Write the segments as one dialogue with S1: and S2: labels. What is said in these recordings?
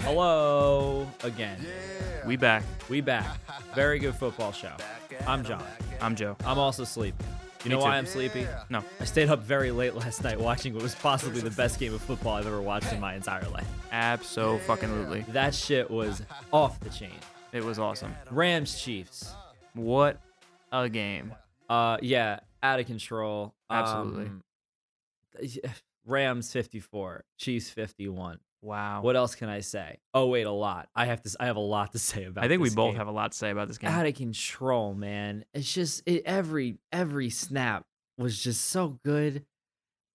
S1: Hello again.
S2: We back.
S1: We back. Very good football show. I'm John.
S2: I'm Joe.
S1: I'm also sleepy. You
S2: Me
S1: know why
S2: too.
S1: I'm sleepy?
S2: No.
S1: I stayed up very late last night watching what was possibly the best game of football I've ever watched in my entire life.
S2: Abso fucking lutely.
S1: That shit was off the chain.
S2: It was awesome.
S1: Rams Chiefs.
S2: What a game.
S1: Uh yeah, out of control.
S2: Absolutely.
S1: Um, Rams 54, Chiefs 51.
S2: Wow.
S1: What else can I say? Oh wait, a lot. I have to s- I have a lot to say about
S2: I think we
S1: this
S2: both
S1: game.
S2: have a lot to say about this game.
S1: out of control, man. It's just it, every every snap was just so good.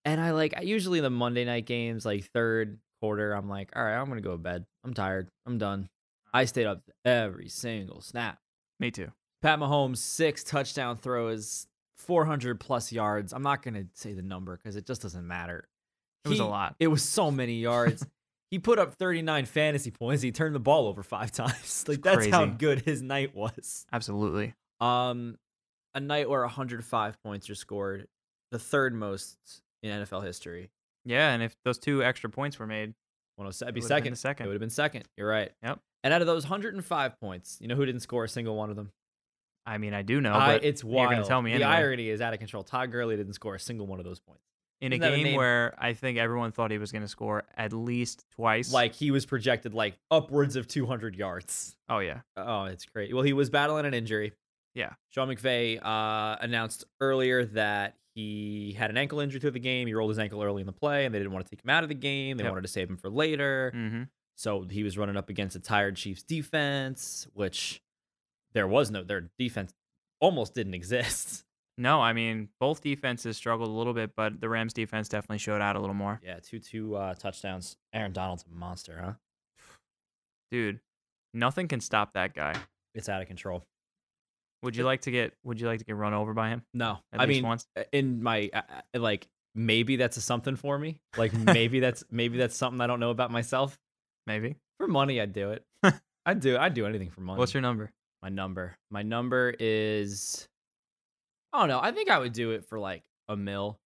S1: And I like I usually the Monday night games, like third quarter, I'm like, all right, I'm gonna go to bed. I'm tired. I'm done. I stayed up every single snap.
S2: Me too.
S1: Pat Mahomes six touchdown throws, 400 plus yards. I'm not gonna say the number because it just doesn't matter.
S2: It was a
S1: He-
S2: lot.
S1: It was so many yards. he put up 39 fantasy points. He turned the ball over five times. Like that's how
S2: crazy.
S1: good his night was.
S2: Absolutely.
S1: Um, a night where 105 points are scored, the third most in NFL history.
S2: Yeah, and if those two extra points were made,
S1: 107 it'd be
S2: It would've been
S1: second.
S2: the second.
S1: It would have been second. You're right.
S2: Yep.
S1: And out of those 105 points, you know who didn't score a single one of them?
S2: I mean, I do know.
S1: I,
S2: but
S1: it's
S2: you're
S1: wild.
S2: gonna tell me
S1: the
S2: anyway.
S1: irony is out of control. Todd Gurley didn't score a single one of those points.
S2: in a
S1: isn't that a
S2: game
S1: name?
S2: where I think everyone thought he was going to score at least twice.
S1: Like he was projected like upwards of 200 yards.
S2: oh yeah,
S1: Oh, it's great. Well, he was battling an injury.
S2: Yeah.
S1: Sean McVay uh, announced earlier that he had an ankle injury through the game. He rolled his ankle early in the play, and they didn't want to take him out of the game. They
S2: Yep.
S1: wanted to save him for later.
S2: mm-hmm.
S1: So he was running up against a tired Chiefs defense, which there was no, their defense almost didn't exist.
S2: No, I mean both defenses struggled a little bit, but the Rams defense definitely showed out a little more.
S1: Yeah, two two uh, touchdowns. Aaron Donald's a monster, huh?
S2: Dude, nothing can stop that guy.
S1: It's out of control.
S2: Would you like to get Would you like to get run over by him
S1: No,
S2: at
S1: I
S2: least
S1: mean,
S2: once?
S1: in my uh, uh, like maybe that's a something for me. Like maybe that's maybe that's something I don't know about myself.
S2: Maybe.
S1: For money, I'd do it. I'd do I'd do anything for money.
S2: What's your number?
S1: my number? My number is I don't know. I think I would do it for like a mil.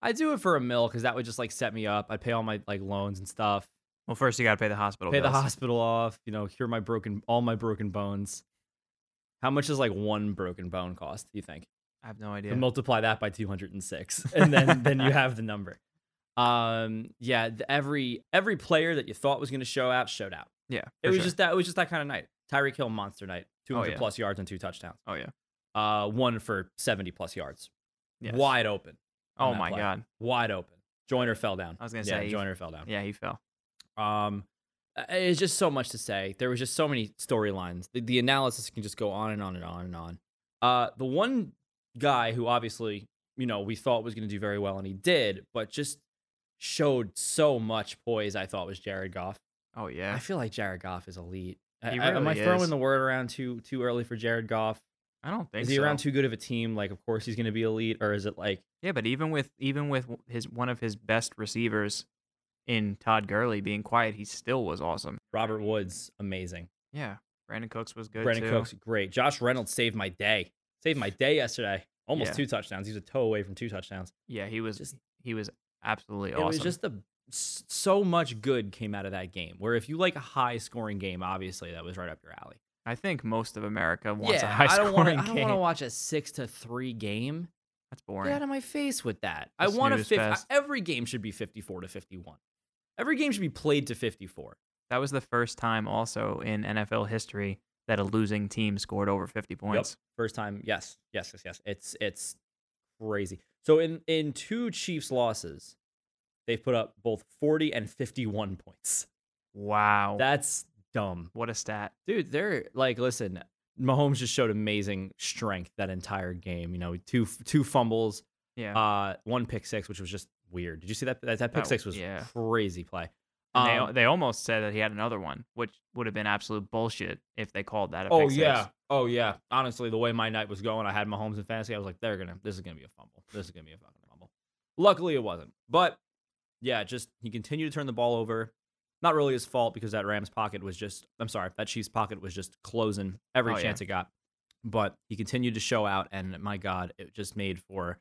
S1: I'd do it for a mil because that would just like set me up. I'd pay all my like loans and stuff.
S2: Well, first you got to pay the hospital.
S1: pay the
S2: bills.
S1: hospital off, you know, cure my broken all my broken bones. How much does like one broken bone cost, do you think?
S2: I have no idea.
S1: and multiply that by 206 and then then you have the number um yeah the, every every player that you thought was going to show out showed out
S2: yeah,
S1: it
S2: for
S1: was
S2: sure. Oh,
S1: just that it was just that kind of night tyreek hill monster night 200
S2: yeah.
S1: plus yards and two touchdowns
S2: Oh yeah.
S1: uh one for 70 plus yards
S2: Yes.
S1: wide open on
S2: Oh
S1: that
S2: my
S1: play.
S2: god.
S1: wide open joiner fell down
S2: I was gonna
S1: yeah,
S2: say he-
S1: joiner fell down
S2: Yeah, he fell.
S1: um uh, it's just so much to say there was just so many storylines the, the analysis can just go on and on and on and on uh the one guy who obviously you know we thought was going to do very well and he did but just showed so much poise i thought was jared goff
S2: Oh
S1: i
S2: yeah.
S1: feel like jared goff is elite I-
S2: He
S1: I- am i
S2: really
S1: throwing
S2: is.
S1: the word around too too early for jared goff
S2: I don't think
S1: is he
S2: so.
S1: around too good of a team like of course he's going to be elite or is it like
S2: Yeah, but even with even with w- his one of his best receivers in Todd Gurley being quiet, he still was awesome.
S1: robert woods amazing
S2: Yeah, Brandon Cooks was good
S1: Brandon
S2: too.
S1: Cooks, great. Josh Reynolds saved my day. Saved my day yesterday. Almost
S2: Yeah.
S1: two touchdowns. He was a toe away from two touchdowns.
S2: Yeah, he was
S1: Just-
S2: he was absolutely
S1: It
S2: awesome.
S1: was just the s- so much good came out of that game. Where if you like a high scoring game, obviously that was right up your alley.
S2: I think most of America wants a
S1: yeah,
S2: high
S1: I don't want
S2: scoring
S1: to. I don't
S2: game.
S1: want to watch a six to three game.
S2: That's
S1: Get out
S2: boring.
S1: of my face with that. I
S2: The
S1: want a
S2: snooze
S1: fifty.
S2: fest.
S1: Every game should be fifty four to fifty one. Every game should be played to fifty four.
S2: That was the first time also in NFL history that a losing team scored over 50 points.
S1: First time, yes, yes, yes, yes. It's it's crazy. So in in two Chiefs losses, they've put up both 40 and 51 points.
S2: Wow.
S1: That's dumb.
S2: what a stat.
S1: Oh. Dude, they're like listen, Mahomes just showed amazing strength that entire game, you know, two two fumbles,
S2: Yeah.
S1: uh one pick six which was just weird. Did you see that that, that pick
S2: That-
S1: six was
S2: yeah.
S1: crazy play.
S2: And they,
S1: um,
S2: al- they almost said that he had another one, which would have been absolute bullshit if they called that a
S1: Oh
S2: pick six.
S1: yeah. Oh yeah. Honestly, the way my night was going, I had Mahomes in fantasy. I was like, they're gonna. This is gonna be a fumble. This is gonna be a fucking fumble. Luckily, it wasn't. But yeah, just he continued to turn the ball over. Not really his fault because that Rams pocket was just. I'm sorry, that Chiefs pocket was just closing every
S2: Oh, yeah.
S1: chance it got. But he continued to show out, and my God, it just made for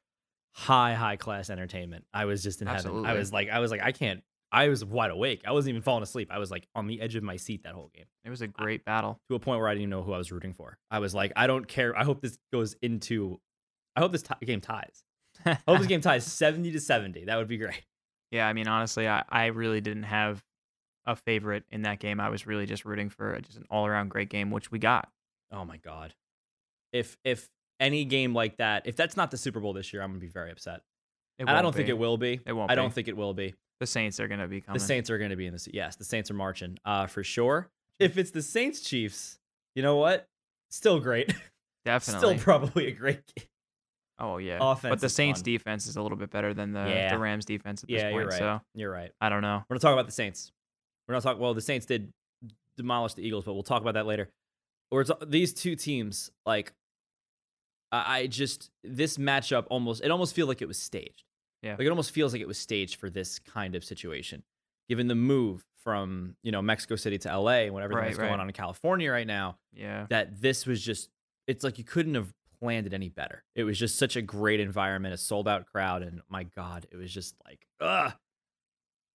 S1: high, high class entertainment. I was just in heaven. I
S2: Absolutely.
S1: was like, I was like, I can't I was wide awake. I wasn't even falling asleep. I was like on the edge of my seat that whole game
S2: It was a great battle.
S1: to a point where I didn't even know who I was rooting for. I was like, I don't care. I hope this goes into. I hope this ti game ties. I hope this game ties seventy to seventy. That would be great.
S2: yeah, I mean, honestly, I, I really didn't have a favorite in that game. I was really just rooting for a- just an all around great game, which we got.
S1: Oh my god. If if any game like that, if that's not the Super Bowl this year, I'm gonna be very upset.
S2: It
S1: And I
S2: won't
S1: don't think
S2: be.
S1: it will be.
S2: It won't
S1: I don't
S2: be.
S1: think it will be.
S2: The Saints are going to be coming.
S1: The Saints are going to be in this. Yes, the Saints are marching uh, for sure. If it's the Saints Chiefs, you know what? Still great.
S2: Definitely.
S1: Still probably a great game.
S2: oh, yeah.
S1: offense
S2: but the
S1: is
S2: Saints
S1: fun.
S2: defense is a little bit better than the,
S1: Yeah.
S2: the Rams defense at this
S1: Yeah,
S2: point.
S1: you're right.
S2: So
S1: You're right.
S2: I don't know.
S1: We're not talking about the Saints. We're not talking. Well, the Saints did demolish the Eagles, but we'll talk about that later. Or it's uh, these two teams, like I, I just this matchup almost it almost feels like it was staged.
S2: Yeah.
S1: like it almost feels like it was staged for this kind of situation, given the move from you know Mexico City to LA and whatever
S2: Right,
S1: that's going
S2: right.
S1: on in California right now.
S2: Yeah.
S1: That this was just it's like you couldn't have planned it any better. It was just such a great environment, a sold out crowd, and my God, it was just like ugh,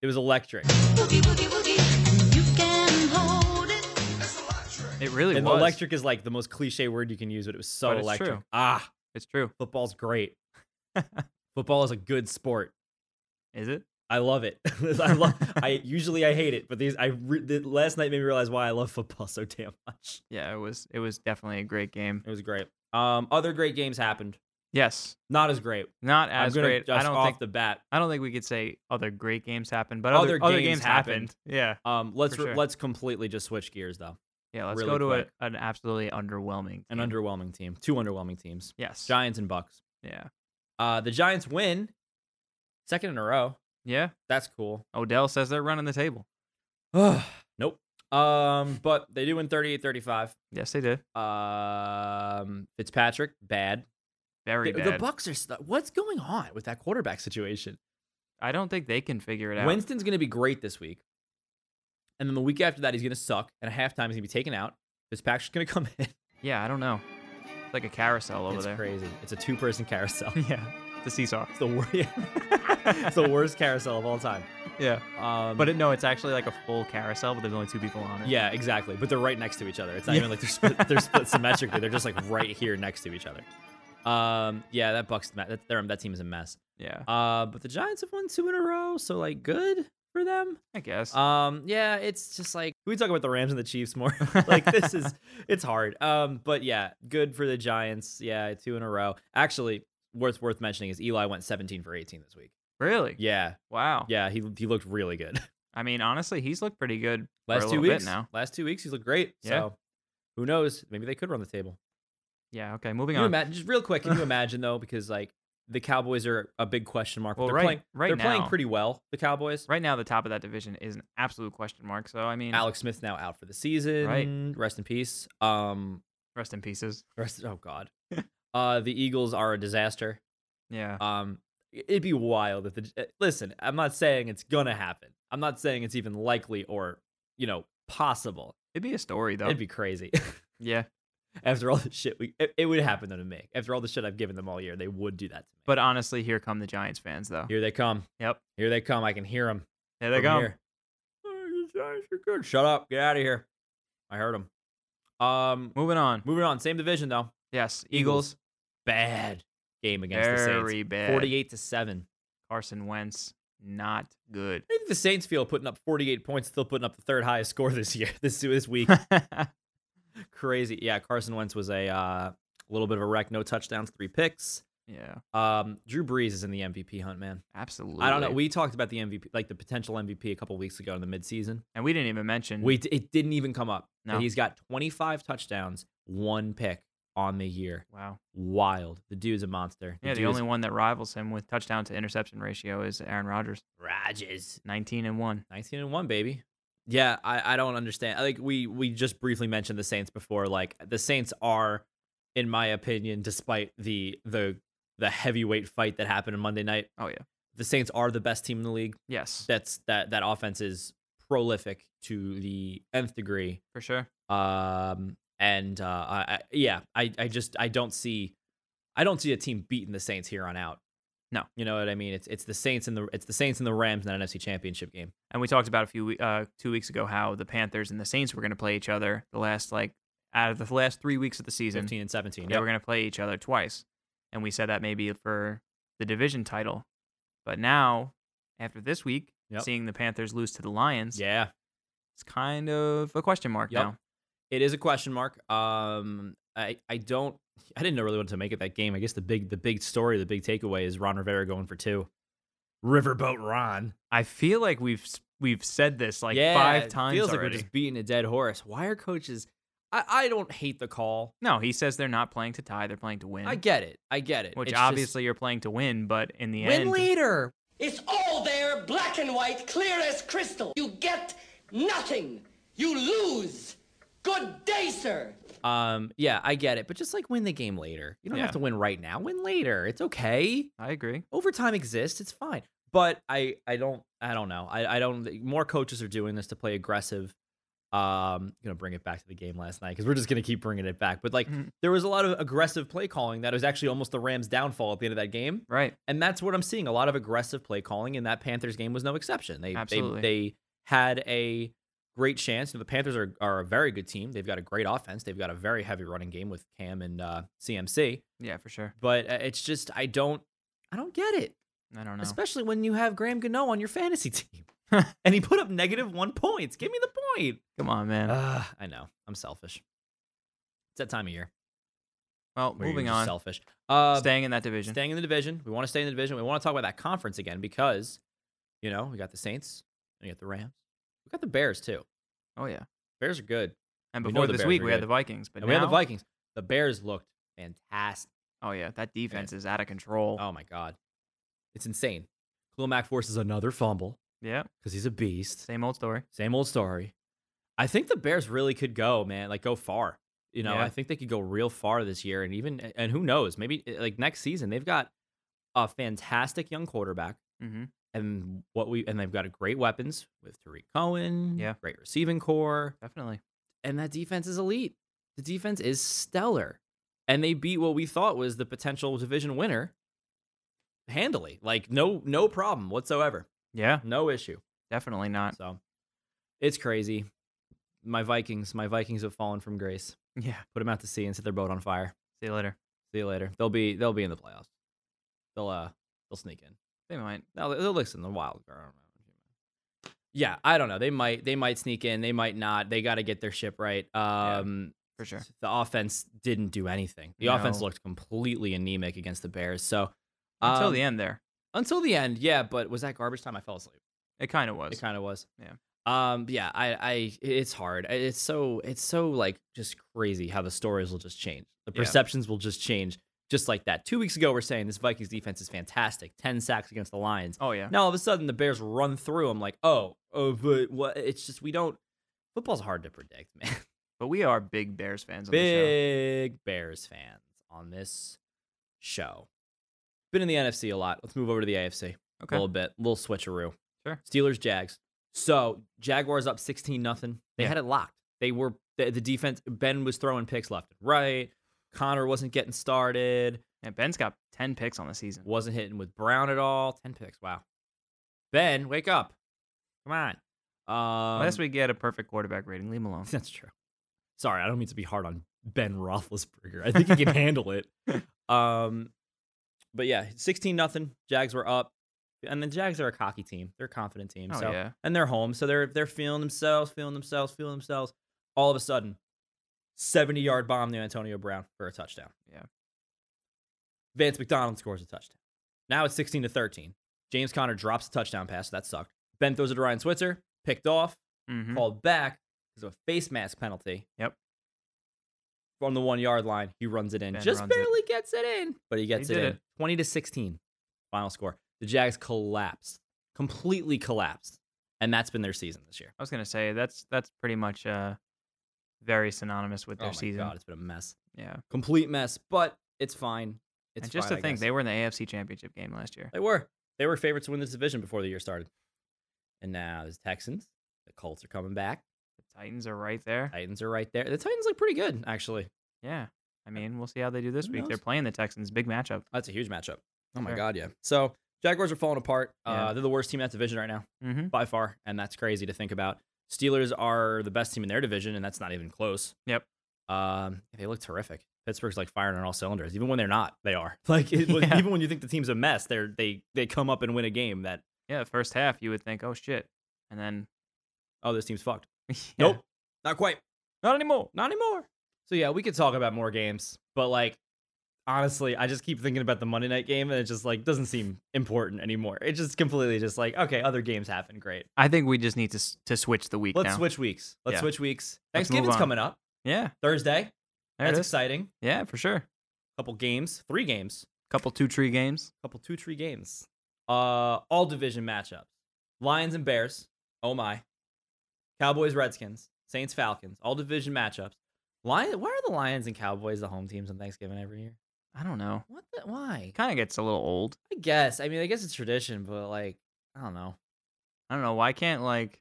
S1: it was electric.
S3: Boogie, boogie, boogie. You can hold it. That's electric.
S2: It really
S1: and
S2: was.
S1: electric is like the most cliche word you can use, but it was so
S2: But it's
S1: electric.
S2: true.
S1: Ah,
S2: It's true.
S1: football's great. Football is a good sport.
S2: Is it?
S1: I love it. I love. I usually I hate it, but these I re- the, last night made me realize why I love football so damn much.
S2: Yeah, it was. It was definitely a great game.
S1: It was great. Um, other great games happened.
S2: Yes,
S1: Not as great.
S2: not
S1: I'm
S2: as
S1: gonna
S2: great.
S1: just
S2: I don't
S1: off
S2: think.
S1: the bat.
S2: I don't think we could say other great games happened, but
S1: Other
S2: other other
S1: games
S2: games, happened. Yeah,
S1: Um, let's
S2: For
S1: re-
S2: sure.
S1: let's completely just switch gears though.
S2: yeah. Let's
S1: Really
S2: go to a,
S1: quick.
S2: an absolutely underwhelming.
S1: An
S2: game.
S1: underwhelming team. Two underwhelming teams.
S2: Yes.
S1: Giants and Bucks.
S2: Yeah.
S1: Uh, the Giants win, second in a row.
S2: Yeah.
S1: That's cool.
S2: Odell says they're running the table.
S1: nope. Um, but they do win 38 35.
S2: Yes, they did.
S1: Um, Fitzpatrick, bad.
S2: Very
S1: The, the
S2: bad.
S1: Bucks are. St- What's going on with that quarterback situation?
S2: I don't think they can figure it out.
S1: Winston's going to be great this week. And then the week after that, he's going to suck. And at halftime, he's going to be taken out. Fitzpatrick's going to come in.
S2: yeah, I don't know. It's like a carousel over
S1: it's
S2: there.
S1: crazy. It's a two person carousel.
S2: Yeah. The seesaw.
S1: It's the, wor- it's the worst carousel of all time.
S2: yeah.
S1: Um,
S2: But it, no, it's actually like a full carousel, but there's only two people on it.
S1: Yeah, exactly. But they're right next to each other. It's not
S2: Yeah.
S1: even like they're split, they're split symmetrically. They're just like right here next to each other. Um, yeah, that Bucks ma- that, their- that team is a mess.
S2: Yeah.
S1: Uh, but the Giants have won two in a row, so like good for them.
S2: I guess.
S1: Um, yeah, it's just like can we talk about the Rams and the Chiefs more. like this is it's hard. Um, but yeah, good for the Giants. Yeah, two in a row. Actually, worth worth mentioning is Eli went 17 for 18 this week.
S2: really?
S1: Yeah,
S2: Wow.
S1: yeah, he he looked really good.
S2: I mean, honestly, he's looked pretty good. for a
S1: Last two
S2: little bit
S1: weeks
S2: now.
S1: Last two weeks, he's looked great.
S2: Yeah.
S1: So who knows? Maybe they could run the table.
S2: Yeah. Okay. Moving
S1: Can you
S2: on.
S1: imagine, just real quick, can you imagine though? Because like the Cowboys are a big question mark. but
S2: Well,
S1: they're
S2: right-
S1: playing,
S2: right
S1: they're playing
S2: now-
S1: pretty well. The Cowboys.
S2: Right now, the top of that division is an absolute question mark. So I mean,
S1: Alex Smith now out for the season. Rest in peace. Um.
S2: rest in pieces.
S1: Rest. Oh God. uh. The Eagles are a disaster.
S2: Yeah.
S1: Um. It'd be wild if the. uh, Listen, I'm not saying it's gonna happen. I'm not saying it's even likely or you know possible.
S2: It'd be a story though.
S1: It'd be crazy.
S2: yeah.
S1: After all the shit we, it, it would happen though to me. After all the shit I've given them all year, they would do that to me.
S2: But honestly, here come the Giants fans though.
S1: Here they come.
S2: Yep.
S1: Here they come. I can hear them.
S2: There they
S1: from
S2: go.
S1: here. Oh, the Giants are good. Shut up. Get out of here. I heard him. Um,
S2: Moving on.
S1: moving on. Same division though.
S2: Yes,
S1: Eagles.
S2: Eagles.
S1: Bad game against the Saints.
S2: Very bad.
S1: Forty-eight to seven.
S2: Carson Wentz, not good.
S1: I think the Saints feel putting up forty-eight points, still putting up the third highest score this year. This this week. Crazy. Yeah. Carson Wentz was a uh, little bit of a wreck. No touchdowns. Three picks.
S2: yeah,
S1: Um, Drew Brees is in the MVP hunt, man.
S2: absolutely.
S1: I don't know. We talked about the MVP, like the potential MVP, a couple weeks ago in the midseason.
S2: and we didn't even mention.
S1: We d- it didn't even come up. that
S2: Mm-hmm. No.
S1: He's got 25 touchdowns, one pick on the year.
S2: wow.
S1: Wild. The dude's a monster.
S2: Yeah, the
S1: dude
S2: only
S1: is-
S2: one that rivals him with touchdown to interception ratio is Aaron Rodgers,
S1: Rodgers.
S2: nineteen and one.
S1: 19 and 1, baby. Yeah, I, I don't understand. Like we we just briefly mentioned the Saints before. Like the Saints are, in my opinion, despite the the the heavyweight fight that happened on Monday night,
S2: Oh yeah.
S1: the Saints are the best team in the league.
S2: Yes,
S1: That's that that offense is prolific to the nth degree.
S2: for sure.
S1: um and uh I, I yeah i i just i don't see i don't see a team beating the saints here on out
S2: No.
S1: you know what I mean. It's it's the Saints and the it's the Saints and the Rams in that NFC Championship game.
S2: And we talked about a few we- uh, two weeks ago how the Panthers and the Saints were going to play each other the last like out of the last three weeks of the season.
S1: Fifteen and seventeen.
S2: They
S1: Yep.
S2: were going to play each other twice, and we said that maybe for the division title. But now, after this week,
S1: Yep.
S2: seeing the Panthers lose to the Lions,
S1: yeah,
S2: it's kind of a question mark
S1: Yep.
S2: now.
S1: it is a question mark. Um, I I don't I didn't know really what to make of that game. I guess the big the big story, the big takeaway is Ron Rivera going for two. Riverboat Ron.
S2: I feel like we've s- we've said this like
S1: yeah,
S2: five
S1: it
S2: times
S1: Feels like
S2: already.
S1: we're just beating a dead horse. Why are coaches? I I don't hate the call.
S2: No, he says they're not playing to tie; they're playing to win.
S1: I get it. I get it.
S2: which
S1: It's just-
S2: obviously you're playing to win, but in the
S1: win
S2: end,
S1: leader.
S4: It's all there, black and white, clear as crystal. You get nothing. You lose. Good day, sir.
S1: Um, yeah, I get it, but just like win the game later. You don't
S2: Yeah.
S1: have to win right now. Win later. It's okay.
S2: I agree.
S1: Overtime exists. It's fine. But I, I don't, I don't know. I, I don't. More coaches are doing this to play aggressive. Um, gonna bring it back to the game last night because we're just gonna keep bringing it back. But like,
S2: Mhm.
S1: there was a lot of aggressive play calling that was actually almost the Rams' downfall at the end of that game.
S2: Right.
S1: And that's what I'm seeing. A lot of aggressive play calling, and that Panthers game was no exception. They
S2: Absolutely.
S1: They, they had a great chance. The Panthers are, are a very good team. They've got a great offense. They've got a very heavy running game with Cam and uh, CMC.
S2: Yeah, for sure.
S1: But uh, it's just I don't I don't get it,
S2: I don't know.
S1: especially when you have Graham Gano on your fantasy team, and he put up negative one points. Give me the point.
S2: Come on, man.
S1: Ugh, I know I'm selfish. It's that time of year.
S2: well,
S1: where you're
S2: moving
S1: just
S2: on.
S1: Selfish. Uh,
S2: Staying in that division.
S1: Staying in the division. We want to stay in the division. We want to talk about that conference again because, you know, we got the Saints, we got the Rams, we got the Bears too.
S2: oh yeah.
S1: Bears are good.
S2: And
S1: We know
S2: before
S1: the
S2: this
S1: Bears
S2: week,
S1: were
S2: we had
S1: good.
S2: the Vikings, but
S1: and we had the
S2: now-
S1: Vikings. The Bears looked fantastic.
S2: Oh yeah, that defense is out of control.
S1: Oh my god, it's insane. Khalil Mack forces another fumble
S2: Yeah,
S1: because he's a beast.
S2: same old story.
S1: Same old story. I think the Bears really could go, man. Like go far. You know,
S2: Yeah.
S1: I think they could go real far this year, and even and who knows, maybe eh, like next season they've got a fantastic young quarterback.
S2: hmm
S1: and what we and they've got a great weapons with Tariq Cohen,
S2: Yeah.
S1: great receiving core,
S2: Definitely.
S1: and that defense is elite. The defense is stellar, and they beat what we thought was the potential division winner handily, like no no problem whatsoever,
S2: Yeah,
S1: no issue.
S2: definitely not.
S1: So it's crazy. My Vikings, my Vikings have fallen from grace.
S2: Yeah.
S1: Put them out to sea and set their boat on fire.
S2: See you later.
S1: See you later. They'll be they'll be in the playoffs. They'll uh they'll sneak in.
S2: They might.
S1: No, they- they'll listen. The wild card. Yeah, I don't know. They might. They might sneak in. They might not. They got to get their ship right. Um,
S2: for sure.
S1: The offense didn't do anything. The offense
S2: No.
S1: looked completely anemic against the Bears. So
S2: Until
S1: um,
S2: the e end, there
S1: Until the end, yeah. But was that garbage time? I fell asleep.
S2: it kind of was.
S1: It kind of was.
S2: Yeah.
S1: Um. Yeah. I. I. It's hard. It's so. It's so like just crazy how the stories will just change. The
S2: Yeah.
S1: perceptions will just change just like that. Two weeks ago, we're saying this Vikings defense is fantastic. Ten sacks against the Lions.
S2: oh yeah.
S1: Now all of a sudden the Bears run through. I'm like, oh, oh, but what? It's just we don't. Football's hard to predict, man.
S2: But we are big Bears fans. On The show.
S1: Big Bears fans on this show. Been in the NFC a lot. Let's move over to the AFC a
S2: Okay.
S1: little bit, little switcheroo.
S2: Sure.
S1: Steelers, Jags. So Jaguars up sixteen nothing. They
S2: Yeah.
S1: had it locked. They were the, the defense. Ben was throwing picks left and right. Connor wasn't getting started.
S2: and Ben's got ten picks on the season.
S1: Wasn't hitting with Brown at all. Ten picks. Wow. Ben, wake up. Come on. Um,
S2: Last week he had a perfect quarterback rating. Leave him alone.
S1: That's true. Sorry, I don't mean to be hard on Ben Roethlisberger. I think he can handle it. Um, but yeah, sixteen nothing. Jags were up, and the Jags are a cocky team. They're a confident team.
S2: Oh
S1: so
S2: yeah.
S1: and they're home, so they're they're feeling themselves, feeling themselves, feeling themselves. All of a sudden, seventy yard bomb to Antonio Brown for a touchdown.
S2: Yeah.
S1: Vance McDonald scores a touchdown. Now it's sixteen to thirteen. James Conner drops a touchdown pass. That sucked. Ben throws it to Ryan Switzer, picked off,
S2: hmm
S1: called back because of a face mask penalty.
S2: Yep.
S1: From the one yard line, he runs it in.
S2: Ben
S1: Just
S2: runs it.
S1: barely gets it in, but he gets
S2: He
S1: it
S2: did
S1: in.
S2: it.
S1: 20 to 16, final score. The Jags collapsed, completely collapsed. And that's been their season this year.
S2: I was gonna say that's that's pretty much uh very synonymous with
S1: Oh
S2: their
S1: my
S2: season.
S1: God, it's been a mess.
S2: Yeah.
S1: Complete mess, but it's fine. It's
S2: and just
S1: fine,
S2: to
S1: I
S2: think,
S1: guess.
S2: they were in the AFC Championship game last year.
S1: They were. They were favorites to win this division before the year started. And now there's Texans. The Colts are coming back.
S2: The Titans are right there.
S1: Titans are right there. The Titans look pretty good, actually.
S2: Yeah. I mean, we'll see how they do this
S1: Who
S2: week. They're
S1: knows?
S2: playing the Texans. Big matchup.
S1: That's a huge matchup. Oh my
S2: Sure.
S1: god, yeah. So Jaguars are falling apart. Uh,
S2: Yeah.
S1: they're the worst team in that division right now
S2: Mm-hmm.
S1: by far, and that's crazy to think about. Steelers are the best team in their division, and that's not even close.
S2: Yep.
S1: Um, they look terrific. Pittsburgh's like firing on all cylinders, even when they're not. They are like it,
S2: Yeah.
S1: even when you think the team's a mess, they're they they come up and win a game that
S2: Yeah, the first half you would think, oh shit, and then
S1: oh this team's fucked.
S2: yeah,
S1: Nope, not quite,
S2: not anymore.
S1: not anymore. So yeah, we could talk about more games, but like honestly, I just keep thinking about the Monday night game, and it just like doesn't seem important anymore. It just completely just like okay, other games happen, great.
S2: I think we just need to s- to switch the week
S1: Let's
S2: now.
S1: switch weeks. Let's
S2: Yeah.
S1: switch weeks.
S2: Let's move
S1: Thanksgiving's
S2: on.
S1: coming up
S2: Yeah,
S1: Thursday.
S2: there
S1: That's
S2: it is.
S1: exciting.
S2: Yeah, for sure.
S1: Couple games, three games,
S2: Couple two tree games.
S1: couple two, three games. Uh, all division matchups: Lions and Bears. Oh my! Cowboys, Redskins, Saints, Falcons. All division matchups. Lions. Why are the Lions and Cowboys the home teams on Thanksgiving every year?
S2: I don't know.
S1: What? The, why?
S2: Kind of gets a little old.
S1: I guess. I mean, I guess it's tradition, but like, I don't know.
S2: I don't know why can't like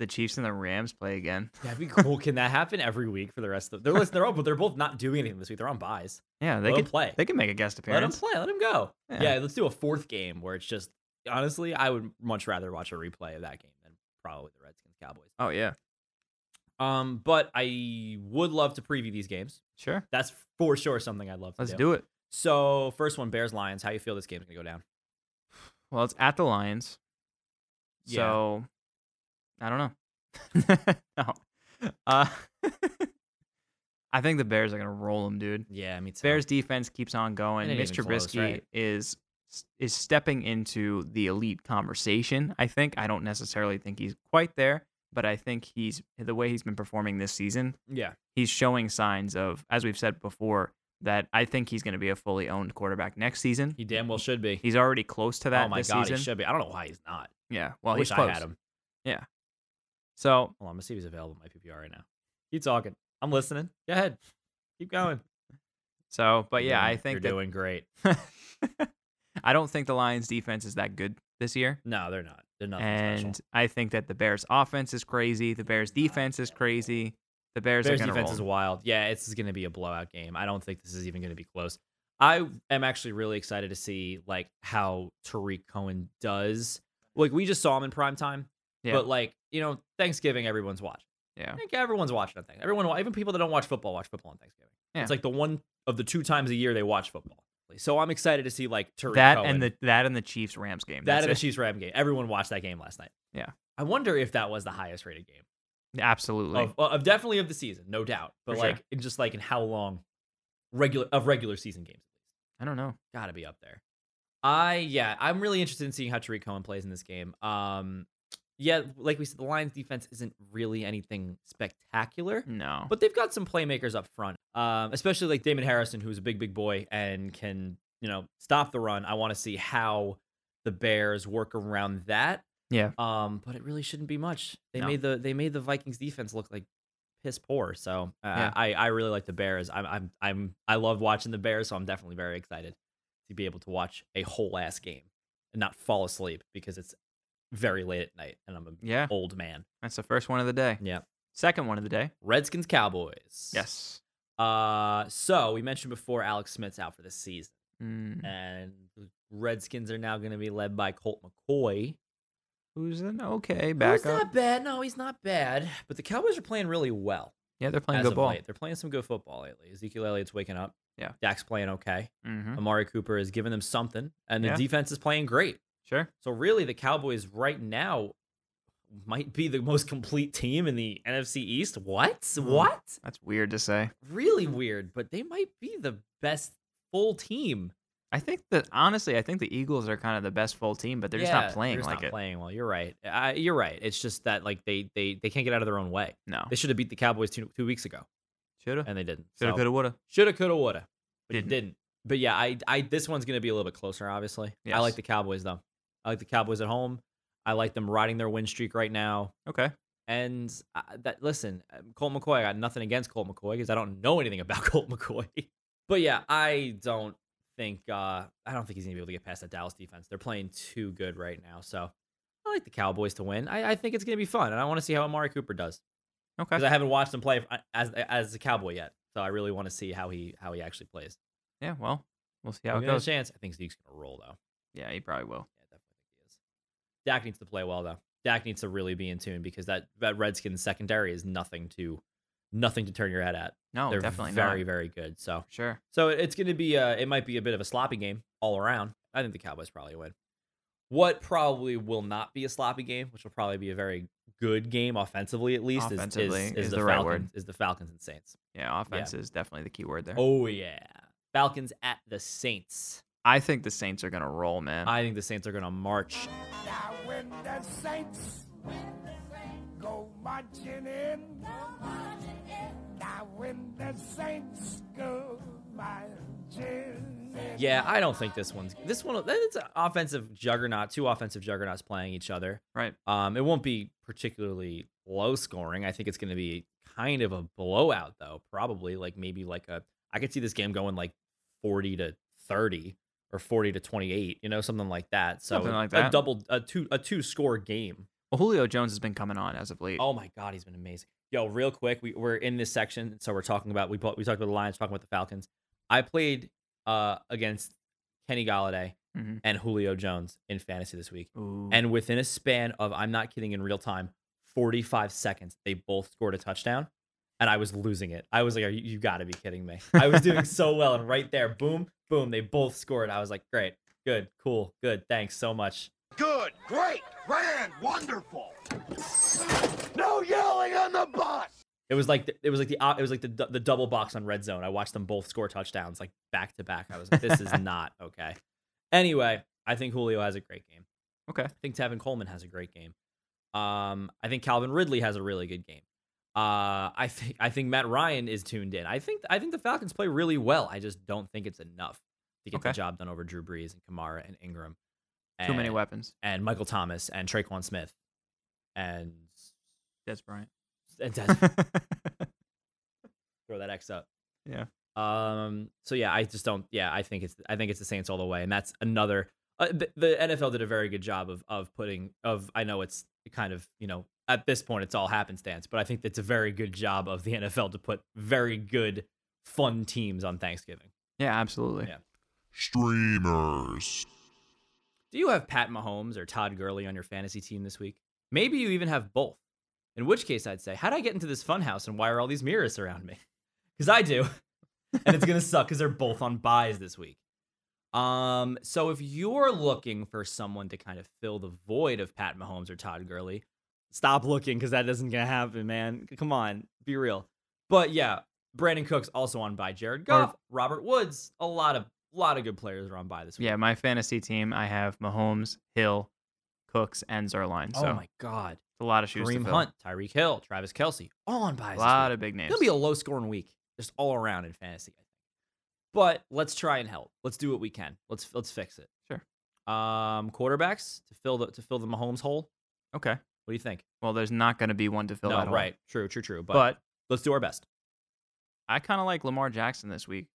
S2: the Chiefs and the Rams play again.
S1: That'd be cool. Can that happen every week for the rest of? They're listen, they're all, but they're both not doing anything this week. They're on buys.
S2: Yeah, they
S1: Let 'em
S2: could
S1: play.
S2: They could make a guest
S1: Let him
S2: appearance.
S1: play. Let him go. Yeah.
S2: Yeah.
S1: let's do a fourth game where it's just honestly, I would much rather watch a replay of that game than probably the Redskins Cowboys.
S2: Oh yeah,
S1: Um, but I would love to preview these games.
S2: sure.
S1: That's for sure something I'd love to
S2: Let's
S1: do.
S2: do it.
S1: So first one, Bears Lions. How you feel this game's gonna go down?
S2: Well, it's at the Lions.
S1: Yeah.
S2: So I don't know. no. Uh, I think the Bears are gonna roll them, dude.
S1: Yeah, me too.
S2: Bears defense keeps on going.
S1: It ain't
S2: Mitch
S1: even close,
S2: Trubisky
S1: right?
S2: is is stepping into the elite conversation. I think. I don't necessarily think he's quite there, but I think he's the way he's been performing this season.
S1: Yeah,
S2: He's showing signs of, as we've said before, that I think he's going to be a fully owned quarterback next season.
S1: he damn well should be.
S2: He's already close to that.
S1: oh my
S2: this
S1: god,
S2: season.
S1: he should be. I don't know why he's not.
S2: Yeah. Well,
S1: I wish
S2: he's close.
S1: I had him.
S2: So
S1: Hold on, I'm gonna see if he's available in my PPR right now. Keep talking. I'm listening. Go ahead. Keep going.
S2: so, but yeah, I
S1: You're
S2: think
S1: you're doing great.
S2: that. I don't think the Lions defense is that good this year.
S1: No, they're not. They're nothing special.
S2: and I think that the Bears offense is crazy. The Bears defense is crazy. The Bears,
S1: Bears
S2: are going to
S1: defense
S2: roll.
S1: is wild. Yeah, it's going to be a blowout game. I don't think this is even going to be close. I am actually really excited to see like how Tariq Cohen does. Like we just saw him in prime time,
S2: Yeah.
S1: but like you know Thanksgiving, everyone's watching.
S2: yeah.
S1: I think everyone's watching on Thanksgiving. Everyone, wa- even people that don't watch football, watch football on Thanksgiving.
S2: Yeah.
S1: It's like the one of the two times a year they watch football. So I'm excited to see like Tariq
S2: That
S1: Cohen.
S2: and the that and the Chiefs Rams game.
S1: that
S2: That's
S1: and the
S2: it.
S1: Chiefs Ram game. Everyone watched that game last night.
S2: Yeah.
S1: I wonder if that was the highest rated game
S2: Absolutely.
S1: of, well, of definitely of the season, no doubt. But
S2: For sure.
S1: like in just like in how long regular of regular season games
S2: I don't know.
S1: gotta be up there. I yeah, I'm really interested in seeing how Tariq Cohen plays in this game. Um, yeah, like we said, the Lions defense isn't really anything spectacular.
S2: No.
S1: But they've got some playmakers up front, um, especially like Damon Harrison, who's a big, big boy and can, you know, stop the run. I want to see how the Bears work around that.
S2: Yeah.
S1: Um, but it really shouldn't be much. They
S2: No.
S1: made the they made the Vikings defense look like piss poor. So uh,
S2: Yeah.
S1: I I really like the Bears. I'm I'm I'm I love watching the Bears, so I'm definitely very excited to be able to watch a whole ass game and not fall asleep because it's very late at night and I'm an
S2: yeah.
S1: old man.
S2: That's the first one of the day.
S1: Yeah.
S2: Second one of the day.
S1: Redskins Cowboys.
S2: Yes.
S1: Uh, so we mentioned before Alex Smith's out for the season,
S2: Mm.
S1: and the Redskins are now going to be led by Colt McCoy.
S2: Who's an okay
S1: He's
S2: backup?
S1: not bad. No, he's not bad. But the Cowboys are playing really well.
S2: Yeah, they're playing
S1: as
S2: good
S1: of
S2: ball.
S1: late. They're playing some good football lately. Ezekiel Elliott's waking up.
S2: Yeah.
S1: Dak's playing okay.
S2: Mm-hmm.
S1: Amari Cooper is giving them something, and the
S2: Yeah.
S1: defense is playing great.
S2: Sure.
S1: So really, the Cowboys right now might be the most complete team in the NFC East. What?
S2: Mm-hmm.
S1: What?
S2: That's weird to say.
S1: Really
S2: Mm-hmm.
S1: weird, but they might be the best full team.
S2: I think that honestly, I think the Eagles are kind of the best full team, but they're just
S1: Yeah,
S2: not playing
S1: they're just
S2: like
S1: not
S2: it.
S1: Playing well, you're right. I, you're right. It's just that like they they they can't get out of their own way.
S2: No.
S1: They should have beat the Cowboys two, two weeks ago,
S2: Shoulda.
S1: and they didn't.
S2: Shoulda. Coulda. Woulda.
S1: Shoulda, coulda, woulda, but didn't.
S2: Didn't.
S1: didn't. But yeah, I I this one's gonna be a little bit closer. Obviously, I
S2: Yes.
S1: like the Cowboys though. I like the Cowboys at home. I like them riding their win streak right now.
S2: Okay.
S1: And uh, that listen, um, Colt McCoy. I got nothing against Colt McCoy because I don't know anything about Colt McCoy. but yeah, I don't think uh, I don't think he's gonna be able to get past that Dallas defense. They're playing too good right now. So I like the Cowboys to win. I, I think it's gonna be fun, and I want to see how Amari Cooper does
S2: Okay.
S1: because I haven't watched him uh, play as as a Cowboy yet. So I really want to see how he how he actually plays.
S2: yeah. Well, We'll see how
S1: Give
S2: it
S1: him a
S2: goes.
S1: chance. I think Zeke's gonna roll though.
S2: Yeah, he probably will.
S1: Yeah, definitely think he is. Dak needs to play well though. Dak needs to really be in tune because that that Redskins secondary is nothing to nothing to turn your head at.
S2: No,
S1: They're
S2: Oh, definitely
S1: very
S2: not.
S1: very good. So
S2: Sure.
S1: so it- it's going to be uh it might be a bit of a sloppy game all around. I think the Cowboys probably win. What probably will not be a sloppy game, which will probably be a very good game offensively at least, is-
S2: Offensively
S1: is, is,
S2: is
S1: the,
S2: the right
S1: Falcons,
S2: word.
S1: is the Falcons and Saints.
S2: Yeah, offense is definitely the key word there.
S1: Oh yeah, Falcons at the Saints.
S2: I think the Saints are gonna roll, man.
S1: I think the Saints are going to march
S5: Now when the saints go marching in, now when the saints go marching in.
S1: Yeah, I don't think this one's this one. It's an offensive juggernaut, two offensive juggernauts playing each other.
S2: right.
S1: Um, it won't be particularly low scoring. I think it's going to be kind of a blowout, though. Probably like maybe like a. I could see this game going like forty to thirty or forty to twenty eight. You know, something like that. So
S2: Something like
S1: a
S2: that.
S1: double a two a two score game.
S2: Well, Julio Jones has been coming on as of late.
S1: Oh my god, he's been amazing. Yo, real quick, we, we're in this section, so we're talking about we po- we talked about the Lions, talking about the Falcons. I played uh against Kenny Galladay
S2: Mhm.
S1: and Julio Jones in fantasy this week,
S2: Ooh.
S1: and within a span of I'm not kidding, in real time, 45 seconds, they both scored a touchdown, and I was losing it. I was like, Are you, you got to be kidding me? I was doing so well, and right there, boom, boom, they both scored. I was like, Great, good, cool, good, thanks so much.
S5: Good, great, grand, wonderful. No yelling on the bus.
S1: It was like the, it was like the op- it was like the du- the double box on red zone. I watched them both score touchdowns like back to back. I was like, this is not okay. Anyway, I think Julio has a great game.
S2: Okay.
S1: I think Tevin Coleman has a great game. Um, I think Calvin Ridley has a really good game. Uh, I think I think Matt Ryan is tuned in. I think I think the Falcons play really well. I just don't think it's enough to get the
S2: Okay.
S1: job done over Drew Brees and Kamara and Ingram.
S2: Too many
S1: and-
S2: weapons.
S1: And Michael Thomas and Traquan Smith and
S2: That's Bryant.
S1: and Des throw that X up.
S2: Yeah.
S1: Um. So yeah, I just don't. Yeah, I think it's I think it's the Saints all the way, and that's another. Uh, the, the NFL did a very good job of of putting of. I know it's kind of you know at this point it's all happenstance, but I think that's a very good job of the NFL to put very good, fun teams on Thanksgiving.
S2: yeah, absolutely.
S1: Yeah.
S6: Streamers.
S1: Do you have Pat Mahomes or Todd Gurley on your fantasy team this week? Maybe you even have both. In which case, I'd say, how'd I get into this funhouse and why are all these mirrors around me? Because I do. and it's going to suck because they're both on buys this week. Um, so if you're looking for someone to kind of fill the void of Pat Mahomes or Todd Gurley, stop looking because that isn't going to happen, man. Come on, be real. But yeah, Brandon Cook's also on by Jared Goff, Robert Woods, a lot of lot of good players are on by this week.
S2: Yeah, my fantasy team, I have Mahomes, Hill, Cooks, and Zerline.
S1: Oh
S2: so
S1: my god.
S2: it's a lot of shoes
S1: Kareem
S2: to fill.
S1: Hunt, Tyreek Hill, Travis Kelsey, all on
S2: A
S1: bias.
S2: lot of big names.
S1: It'll be a low scoring week, just all around in fantasy. I think. But let's try and help. Let's do what we can. Let's let's fix it.
S2: Sure.
S1: Um, quarterbacks to fill the to fill the Mahomes hole.
S2: okay.
S1: What do you think?
S2: Well, there's not going to be one to fill
S1: no,
S2: that hole.
S1: right. True, true, true. But,
S2: But
S1: let's do our best.
S2: I kind of like Lamar Jackson this week.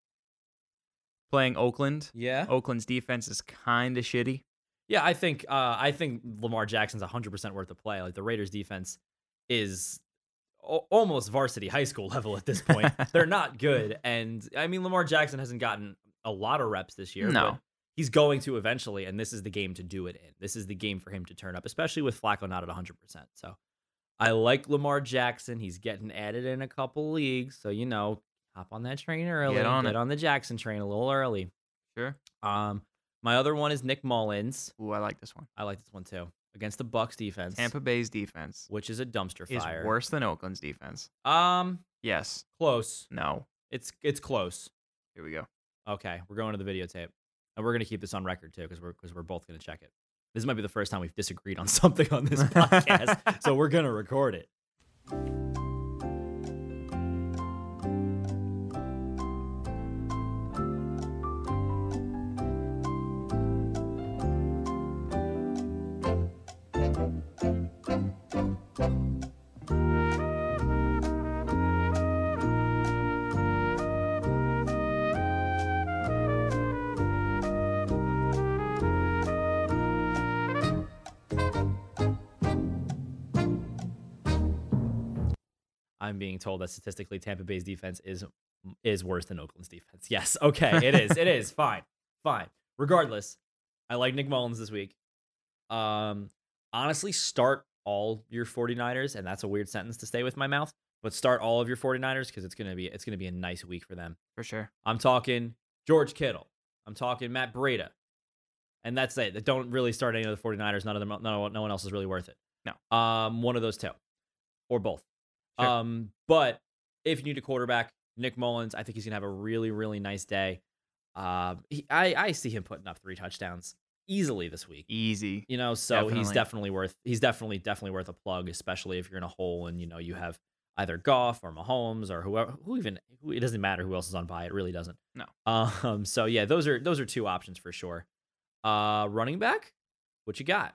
S2: Playing Oakland.
S1: Yeah.
S2: Oakland's defense is kind of shitty.
S1: Yeah, I think uh, I think Lamar Jackson's 100% worth the play. Like the Raiders defense is al- almost varsity high school level at this point. They're not good and I mean Lamar Jackson hasn't gotten a lot of reps this year,
S2: No.
S1: but he's going to eventually and this is the game to do it in. This is the game for him to turn up, especially with Flacco not at 100%. So I like Lamar Jackson. He's getting added in a couple leagues, so you know, hop on that train early.
S2: on
S1: get
S2: it.
S1: on the Jackson train a little early.
S2: Sure.
S1: Um my other one is Nick Mullins.
S2: Ooh, I like this one.
S1: I like this one too. Against the Bucks defense,
S2: Tampa Bay's defense
S1: which is a dumpster
S2: is
S1: fire.
S2: worse than Oakland's defense.
S1: Um,
S2: Yes.
S1: close.
S2: No.
S1: It's it's close.
S2: Here we go.
S1: Okay, we're going to the videotape, and we're gonna keep this on record too, because we're because we're both gonna check it. This might be the first time we've disagreed on something on this podcast, so we're gonna record it. I'm being told that statistically Tampa Bay's defense is is worse than Oakland's defense. Yes. Okay. It is. It is fine. Fine. Regardless, I like Nick Mullins this week. Um, honestly, start all your 49ers, and that's a weird sentence to stay with my mouth, but start all of your 49ers because it's gonna be it's gonna be a nice week for them.
S2: for sure.
S1: I'm talking George Kittle. I'm talking Matt Breda. And that's it. That Don't really start any of the 49ers. None of them, no, no one else is really worth it.
S2: No.
S1: Um, one of those two or both.
S2: Sure.
S1: Um, but if you need a quarterback, Nick Mullins, I think he's going to have a really, really nice day. Uh, he, I, I see him putting up three touchdowns easily this week.
S2: Easy.
S1: You know, so he's
S2: Definitely.
S1: definitely worth he's definitely definitely worth a plug, especially if you're in a hole and you know you have either Goff or Mahomes or whoever who even who, it doesn't matter who else is on by. It really doesn't.
S2: No.
S1: Um. So yeah, those are those are two options for sure. Uh, running back, what you got?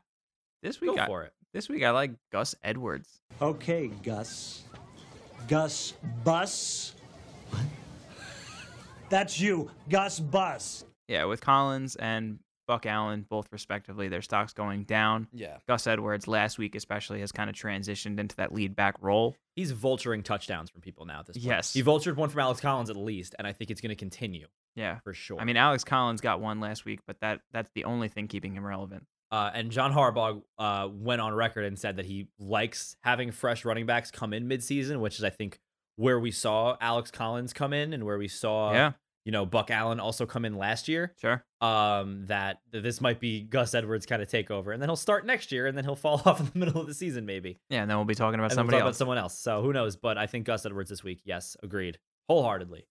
S2: This week,
S1: Go
S2: I,
S1: for it.
S2: this week I like Gus Edwards.
S7: Okay, Gus. Gus Bus. That's you, Gus Bus.
S2: Yeah, with Collins and Buck Allen, both respectively, their stocks going down.
S1: Yeah,
S2: Gus Edwards last week especially has kind of transitioned into that lead back role.
S1: he's vulturing touchdowns from people now. At this point.
S2: Yes.
S1: he vultured one from Alex Collins at least, and I think it's going to continue
S2: Yeah.
S1: for sure.
S2: I mean, Alex Collins got one last week, but that that's the only thing keeping him relevant.
S1: uh, and John Harbaugh uh, went on record and said that he likes having fresh running backs come in midseason, which is, I think, where we saw Alex Collins come in and where we saw,
S2: yeah,
S1: you know, Buck Allen also come in last year.
S2: sure.
S1: Um, that th- this might be Gus Edwards' kind of takeover, and then he'll start next year, and then he'll fall off in the middle of the season, maybe.
S2: Yeah, and then we'll be talking about
S1: And we'll
S2: somebody
S1: talk about
S2: else.
S1: someone else. So who knows? But I think Gus Edwards this week. Yes, agreed, wholeheartedly.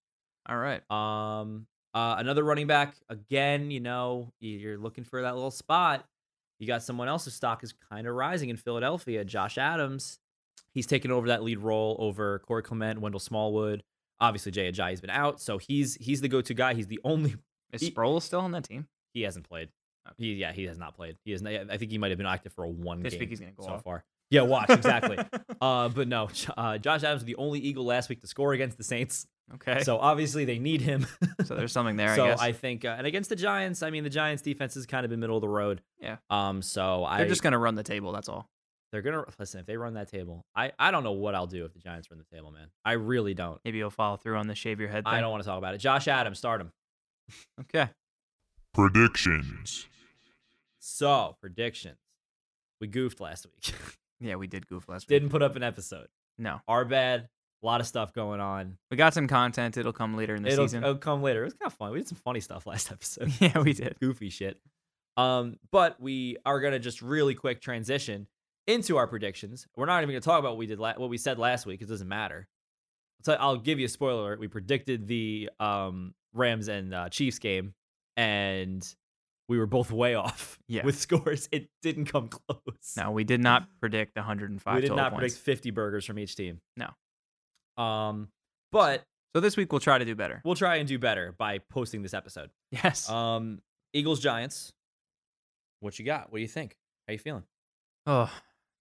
S2: All right.
S1: Um, uh, another running back again. You know, y- you're looking for that little spot. You got someone else's stock is kind of rising in Philadelphia. Josh Adams, he's taken over that lead role over Corey Clement, Wendell Smallwood. Obviously, Jay Ajayi's been out, so he's he's the go-to guy. He's the only
S2: Is
S1: He-
S2: Sproul still on that team?
S1: he hasn't played. Uh, He yeah, he has not played. He has not. I think he might have been active for a one
S2: This
S1: game
S2: week he's gonna go
S1: so
S2: off.
S1: far. Yeah, watch exactly. uh, but no, J- uh, Josh Adams was the only Eagle last week to score against the Saints,
S2: okay. So,
S1: so obviously they need him.
S2: there's something there,
S1: so
S2: I
S1: I,
S2: guess.
S1: think, uh, and against the Giants, I mean, the Giants' defense has kind of been middle of the road.
S2: Yeah.
S1: Um. So I,
S2: They're just going to run the table. That's all.
S1: they're gonna listen if they run that table. I, I don't know what I'll do if the Giants run the table, man. I really don't.
S2: Maybe you'll follow through on the shave your head thing.
S1: I don't want to talk about it. Josh Adams, start him.
S2: Okay.
S6: Predictions.
S1: So predictions. We goofed last week.
S2: Yeah, we did goof last week.
S1: Didn't put up an episode.
S2: No.
S1: Our bad. A lot of stuff going on.
S2: We got some content. It'll come later in the
S1: It'll,
S2: season.
S1: it'll come later. It was kind of fun. We did some funny stuff last episode.
S2: yeah, we did.
S1: goofy shit. Um, but we are gonna just really quick transition into our predictions. We're not even gonna talk about what we did, la- what we said last week. 'cause It doesn't matter. So I'll give you a spoiler alert. We predicted the um, Rams and uh, Chiefs game, and we were both way off
S2: Yeah.
S1: with scores. It didn't come close.
S2: No, we did not predict 105
S1: we did
S2: total
S1: not
S2: points.
S1: predict fifty burgers from each team.
S2: No.
S1: Um, but
S2: So this week we'll try to do better.
S1: we'll try and do better by posting this episode.
S2: Yes.
S1: Um, Eagles Giants. What you got? What do you think? How you feeling?
S2: oh,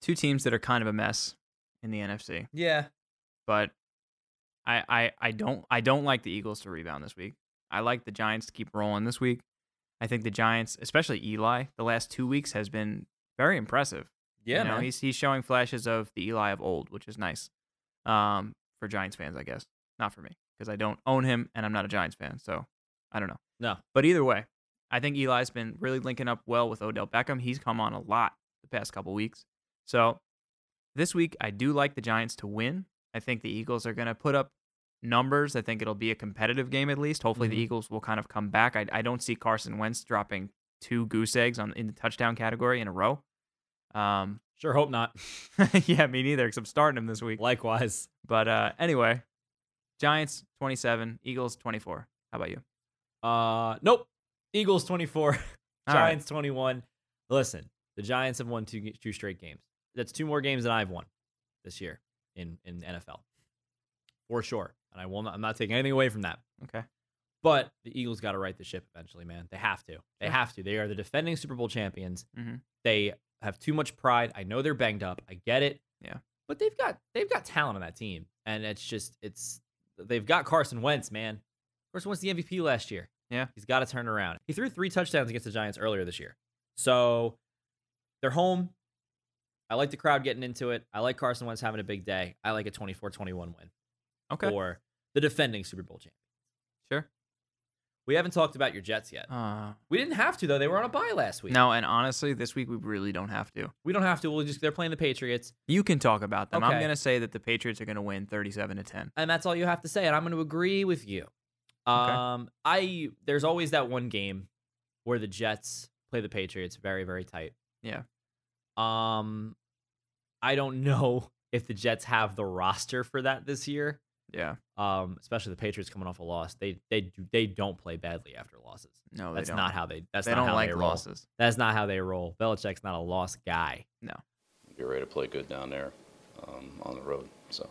S2: two teams that are kind of a mess in the NFC,
S1: Yeah,
S2: but I, I I don't I don't like the Eagles to rebound this week. I like the Giants to keep rolling this week. I think the Giants, especially Eli, the last two weeks has been very impressive.
S1: yeah,
S2: you know,
S1: man.
S2: he's he's showing flashes of the Eli of old, which is nice. Um, for Giants fans, I guess. Not for me because I don't own him and I'm not a Giants fan, so I don't know.
S1: No.
S2: but either way, I think Eli's been really linking up well with Odell Beckham. He's come on a lot the past couple weeks. So this week, I do like the Giants to win. I think the Eagles are going to put up numbers. I think it'll be a competitive game at least. Hopefully,
S1: Mhm.
S2: the Eagles will kind of come back. I, I don't see Carson Wentz dropping two goose eggs on in the touchdown category in a row. Um,
S1: sure hope not.
S2: yeah, me neither. Because I'm starting him this week.
S1: Likewise,
S2: But uh, anyway, Giants 27, Eagles 24. How about you?
S1: uh, nope. Eagles twenty four,
S2: All right.
S1: Giants twenty one. Listen, the Giants have won two ge- two straight games. That's two more games than I've won this year in in NFL, for sure. And I will not. I'm not taking anything away from that.
S2: Okay.
S1: But the Eagles got to right the ship eventually, man. They have to. They
S2: Sure.
S1: have to. They are the defending Super Bowl champions.
S2: Mhm.
S1: They have too much pride. I know they're banged up. I get it.
S2: Yeah.
S1: But they've got they've got talent on that team, and it's just it's they've got Carson Wentz, man. Carson Wentz the MVP last year.
S2: Yeah.
S1: He's got to turn around. He threw three touchdowns against the Giants earlier this year. So they're home. I like the crowd getting into it. I like Carson Wentz having a big day. I like a 24-21 win
S2: Okay.
S1: for the defending Super Bowl champion.
S2: Sure.
S1: We haven't talked about your Jets yet.
S2: Uh,
S1: We didn't have to though. They were on a bye last week.
S2: no, and honestly, this week we really don't have to.
S1: we don't have to. We'll just they're playing the Patriots,
S2: You can talk about them. I'm
S1: Okay.
S2: gonna say that the Patriots are gonna win 37 to 10.
S1: and that's all you have to say. And I'm going to agree with you. Um, I there's always that one game where the Jets play the Patriots very very tight.
S2: Yeah.
S1: Um, I don't know if the Jets have the roster for that this year.
S2: Yeah.
S1: Um, especially the Patriots coming off a loss, they they do- they don't play badly after losses.
S2: No,
S1: That's
S2: they don't.
S1: not how they. That's
S2: they
S1: not
S2: don't
S1: how
S2: like
S1: they roll.
S2: losses.
S1: That's not how they roll. Belichick's not a lost guy.
S8: get ready to play good down there um, on the road. So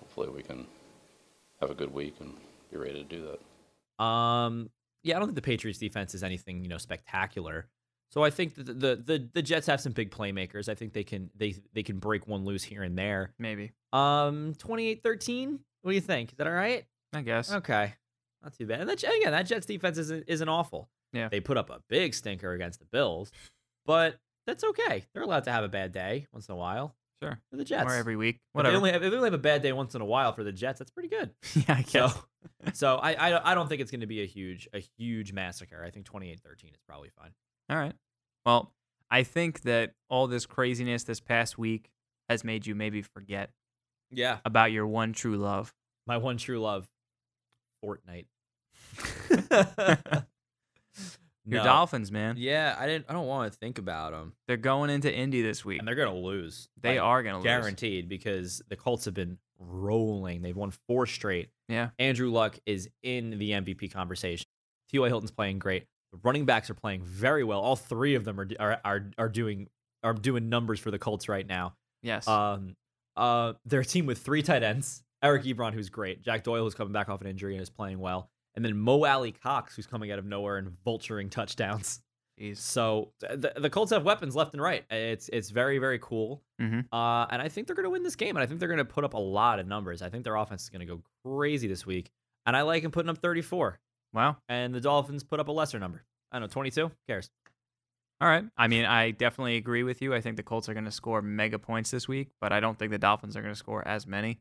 S8: hopefully we can have a good week and be ready to do that.
S1: Um, yeah, I don't think the Patriots defense is anything you know spectacular. So I think that the, the the the Jets have some big playmakers. I think they can they they can break one loose here and there.
S2: Maybe.
S1: Um, 28-13? What do you think? Is that all right?
S2: I guess.
S1: Okay, not too bad. And that, again, that Jets defense isn't isn't awful.
S2: Yeah.
S1: they put up a big stinker against the Bills, but that's okay. They're allowed to have a bad day once in a while.
S2: Sure.
S1: For the Jets,
S2: Or every week.
S1: If they
S2: Whatever.
S1: only have, if they only have a bad day once in a while for the Jets. That's pretty good.
S2: yeah, I
S1: So,
S2: guess.
S1: so I, I don't- I don't think it's going to be a huge a huge massacre. I think 28-13 is probably fine.
S2: All right. Well, I think that all this craziness this past week has made you maybe forget
S1: Yeah,
S2: about your one true love.
S1: my one true love, Fortnite.
S2: Your
S1: No.
S2: Dolphins, man.
S1: Yeah, I didn't. I don't want to think about them.
S2: They're going into Indy this week.
S1: And they're going to lose.
S2: They
S1: Like,
S2: are going to lose.
S1: guaranteed because the Colts have been rolling. They've won four straight.
S2: Yeah.
S1: Andrew Luck is in the MVP conversation. T.Y. Hilton's playing great. The running backs are playing very well. All three of them are are are, are doing are doing numbers for the Colts right now.
S2: Yes.
S1: Um, uh, they're a team with three tight ends: Eric Ebron, who's great; Jack Doyle, who's coming back off an injury and is playing well; and then Mo Alley Cox, who's coming out of nowhere and vulturing touchdowns.
S2: Jeez.
S1: So th- the, the Colts have weapons left and right. It's it's very very cool.
S2: Mhm.
S1: Uh, and I think they're going to win this game. And I think they're going to put up a lot of numbers. I think their offense is going to go crazy this week. And I like them putting up 34.
S2: Wow.
S1: And the Dolphins put up a lesser number. I don't know, 22. Cares.
S2: All right. I mean, I definitely agree with you. I think the Colts are going to score mega points this week, but I don't think the Dolphins are going to score as many.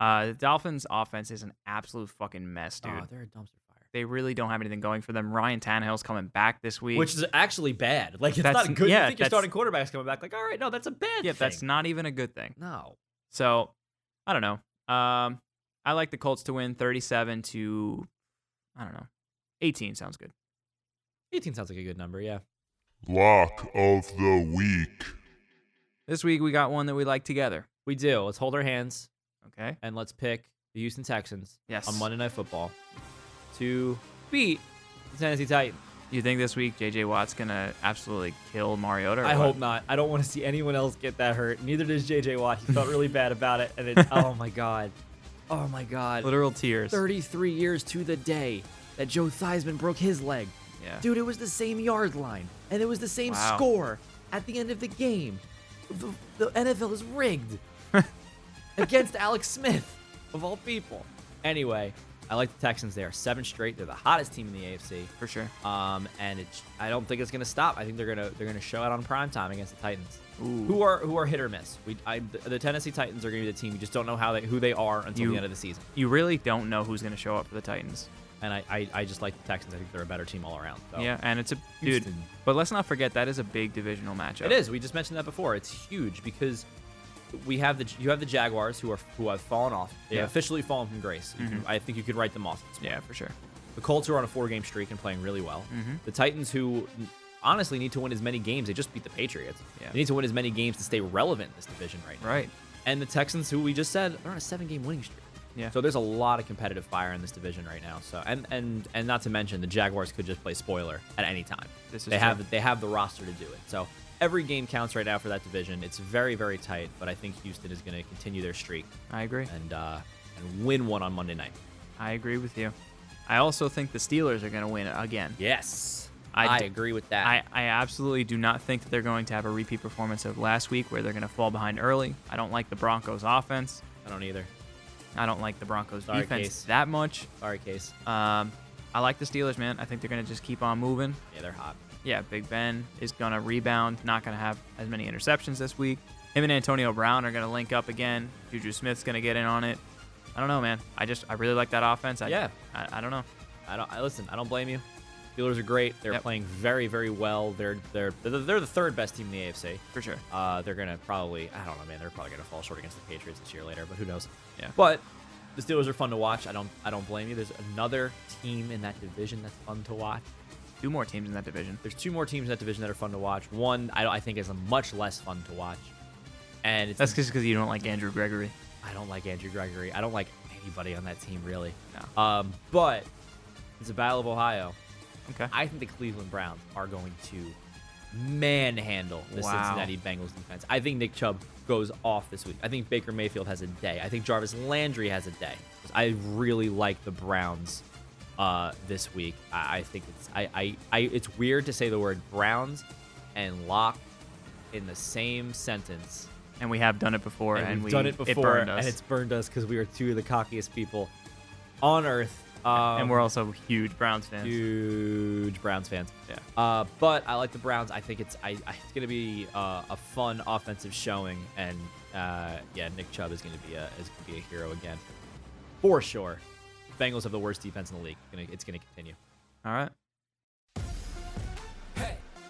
S2: Uh, the Dolphins' offense is an absolute fucking mess, dude.
S1: Aw, they're a dumpster fire.
S2: they really don't have anything going for them. Ryan Tannehill's coming back this week.
S1: Which is actually bad. Like it's
S2: That's-
S1: not good.
S2: yeah,
S1: you think your
S2: that's-
S1: starting quarterback's coming back? Like all right, no, that's a bad.
S2: yeah,
S1: thing.
S2: that's not even a good thing.
S1: no.
S2: So I don't know. Um, I like the Colts to win 37 to, I don't know, 18 sounds good.
S1: 18 sounds like a good number. Yeah.
S6: Lock of the week.
S2: This week we got one that we like together.
S1: We do. Let's hold our hands
S2: Okay.
S1: and let's pick the Houston Texans
S2: Yes.
S1: on Monday Night Football to beat the Tennessee Titans.
S2: You think this week JJ Watt's gonna absolutely kill Mariota? or
S1: I
S2: what?
S1: hope not. I don't want to see anyone else get that hurt. Neither does JJ Watt. He felt really bad about it. And it's, oh my God. Oh my God.
S2: Literal tears.
S1: 33 years to the day that Joe Theismann broke his leg.
S2: Yeah.
S1: Dude, it was the same yard line and it was the same
S2: Wow.
S1: score at the end of the game. The, the NFL is rigged against Alex Smith, of all people. Anyway, I like the Texans. They are seven straight. They're the hottest team in the AFC.
S2: for sure.
S1: Um, and it's, I don't think it's going to stop. I think they're going to they're going to show out on prime time against the Titans,
S2: Ooh.
S1: who are who are hit or miss. We I, the Tennessee Titans are going to be the team. You just don't know how they who they are until
S2: You-
S1: the end of the season.
S2: You really don't know who's gonna show up for the Titans.
S1: And I, I, I just like the Texans. I think they're a better team all around. So.
S2: Yeah, and it's a dude.
S1: Oh. Houston.
S2: But let's not forget that is a big divisional matchup.
S1: It is. We just mentioned that before. It's huge because we have the you have the Jaguars who are who have fallen off. They
S2: Yeah. Mm-hmm.
S1: have officially fallen from grace. You can- I think you could write them off.
S2: Yeah, for sure.
S1: The Colts who are on a four game streak and playing really well.
S2: Mm-hmm.
S1: The Titans who honestly need to win as many games. They just beat the Patriots.
S2: Yeah.
S1: They need to win as many games to stay relevant in this division right now.
S2: Right.
S1: And the Texans who we just said they're on a seven game winning streak.
S2: Yeah.
S1: So there's a lot of competitive fire in this division right now. So and and and not to mention the Jaguars could just play spoiler at any time.
S2: This is
S1: they
S2: true.
S1: have they have the roster to do it. So every game counts right now for that division. It's very very tight, but I think Houston is going to continue their streak
S2: I agree.
S1: and uh, and win one on Monday night.
S2: I agree with you. I also think the Steelers are gonna win again.
S1: Yes,
S2: I
S1: I
S2: d-
S1: agree with that.
S2: I, I absolutely do not think that they're going to have a repeat performance of last week where they're going to fall behind early. I don't like the Broncos offense.
S1: I don't either.
S2: I don't like the Broncos
S1: Sorry,
S2: defense
S1: Case.
S2: that much.
S1: Sorry, Case.
S2: Um, I like the Steelers, man. I think they're going to just keep on moving.
S1: Yeah, they're hot.
S2: Yeah, Big Ben is going to rebound, not going to have as many interceptions this week. Him and Antonio Brown are going to link up again. Juju Smith's going to get in on it. I don't know, man. I just, I really like that offense. I,
S1: Yeah.
S2: I, I don't know.
S1: I don't. I listen. I don't blame you. Steelers are great. They're
S2: Yep.
S1: playing very, very well. They're they're they're the, they're the third best team in the AFC.
S2: for sure.
S1: Uh, they're gonna probably. I don't know, man. They're probably gonna fall short against the Patriots this year later, but who knows?
S2: Yeah.
S1: But the Steelers are fun to watch. I don't. I don't blame you. There's another team in that division that's fun to watch.
S2: Two more teams in that division.
S1: There's two more teams in that division that are fun to watch. One I, I think is much less fun to watch, and it's
S2: That's just because you don't like Andrew Gregory.
S1: I don't like Andrew Gregory. I don't like anybody on that team really.
S2: No.
S1: Um, but it's a battle of Ohio.
S2: Okay.
S1: I think the Cleveland Browns are going to manhandle the
S2: Wow.
S1: Cincinnati Bengals defense. I think Nick Chubb goes off this week. I think Baker Mayfield has a day. I think Jarvis Landry has a day. I really like the Browns uh, this week. I, I think it's I, I, I it's weird to say the word Browns and lock in the same sentence
S2: and we have done it before, and,
S1: and
S2: we
S1: we've done it before,
S2: burned us.
S1: and it's burned us because we are two of the cockiest people on earth. Um,
S2: and we're also huge Browns fans.
S1: huge Browns fans.
S2: Yeah.
S1: Uh, but I like the Browns. I think it's I, I it's gonna be uh, a fun offensive showing, and uh, yeah, Nick Chubb is gonna be a is gonna be a hero again, for sure. Bengals have the worst defense in the league. Gonna, it's gonna continue.
S2: All right.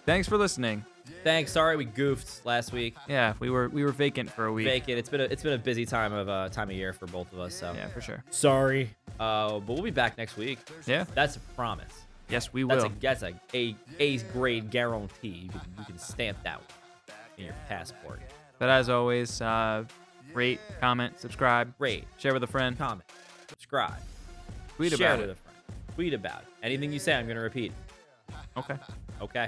S2: Thanks for listening.
S1: Thanks. Sorry we goofed last week.
S2: Yeah, we were we were vacant for a week.
S1: Fake it. It's been a it's been a busy time of uh, time of year for both of us. So
S2: Yeah, for sure.
S1: sorry. Uh, but we'll be back next week.
S2: Yeah.
S1: That's a promise.
S2: Yes, we
S1: That's
S2: will.
S1: a that's a A A grade guarantee. You can, you can stamp that one in your passport.
S2: But as always, uh, rate, comment, subscribe,
S1: Rate,
S2: share with a friend,
S1: comment, subscribe,
S2: tweet
S1: share
S2: about
S1: with
S2: it.
S1: a friend, tweet about it. Anything you say, I'm gonna repeat.
S2: Okay.
S1: Okay.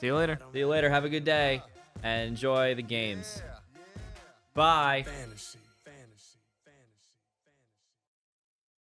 S2: See you later.
S1: See you later. Have a good day and enjoy the games. Bye.
S9: fantasy.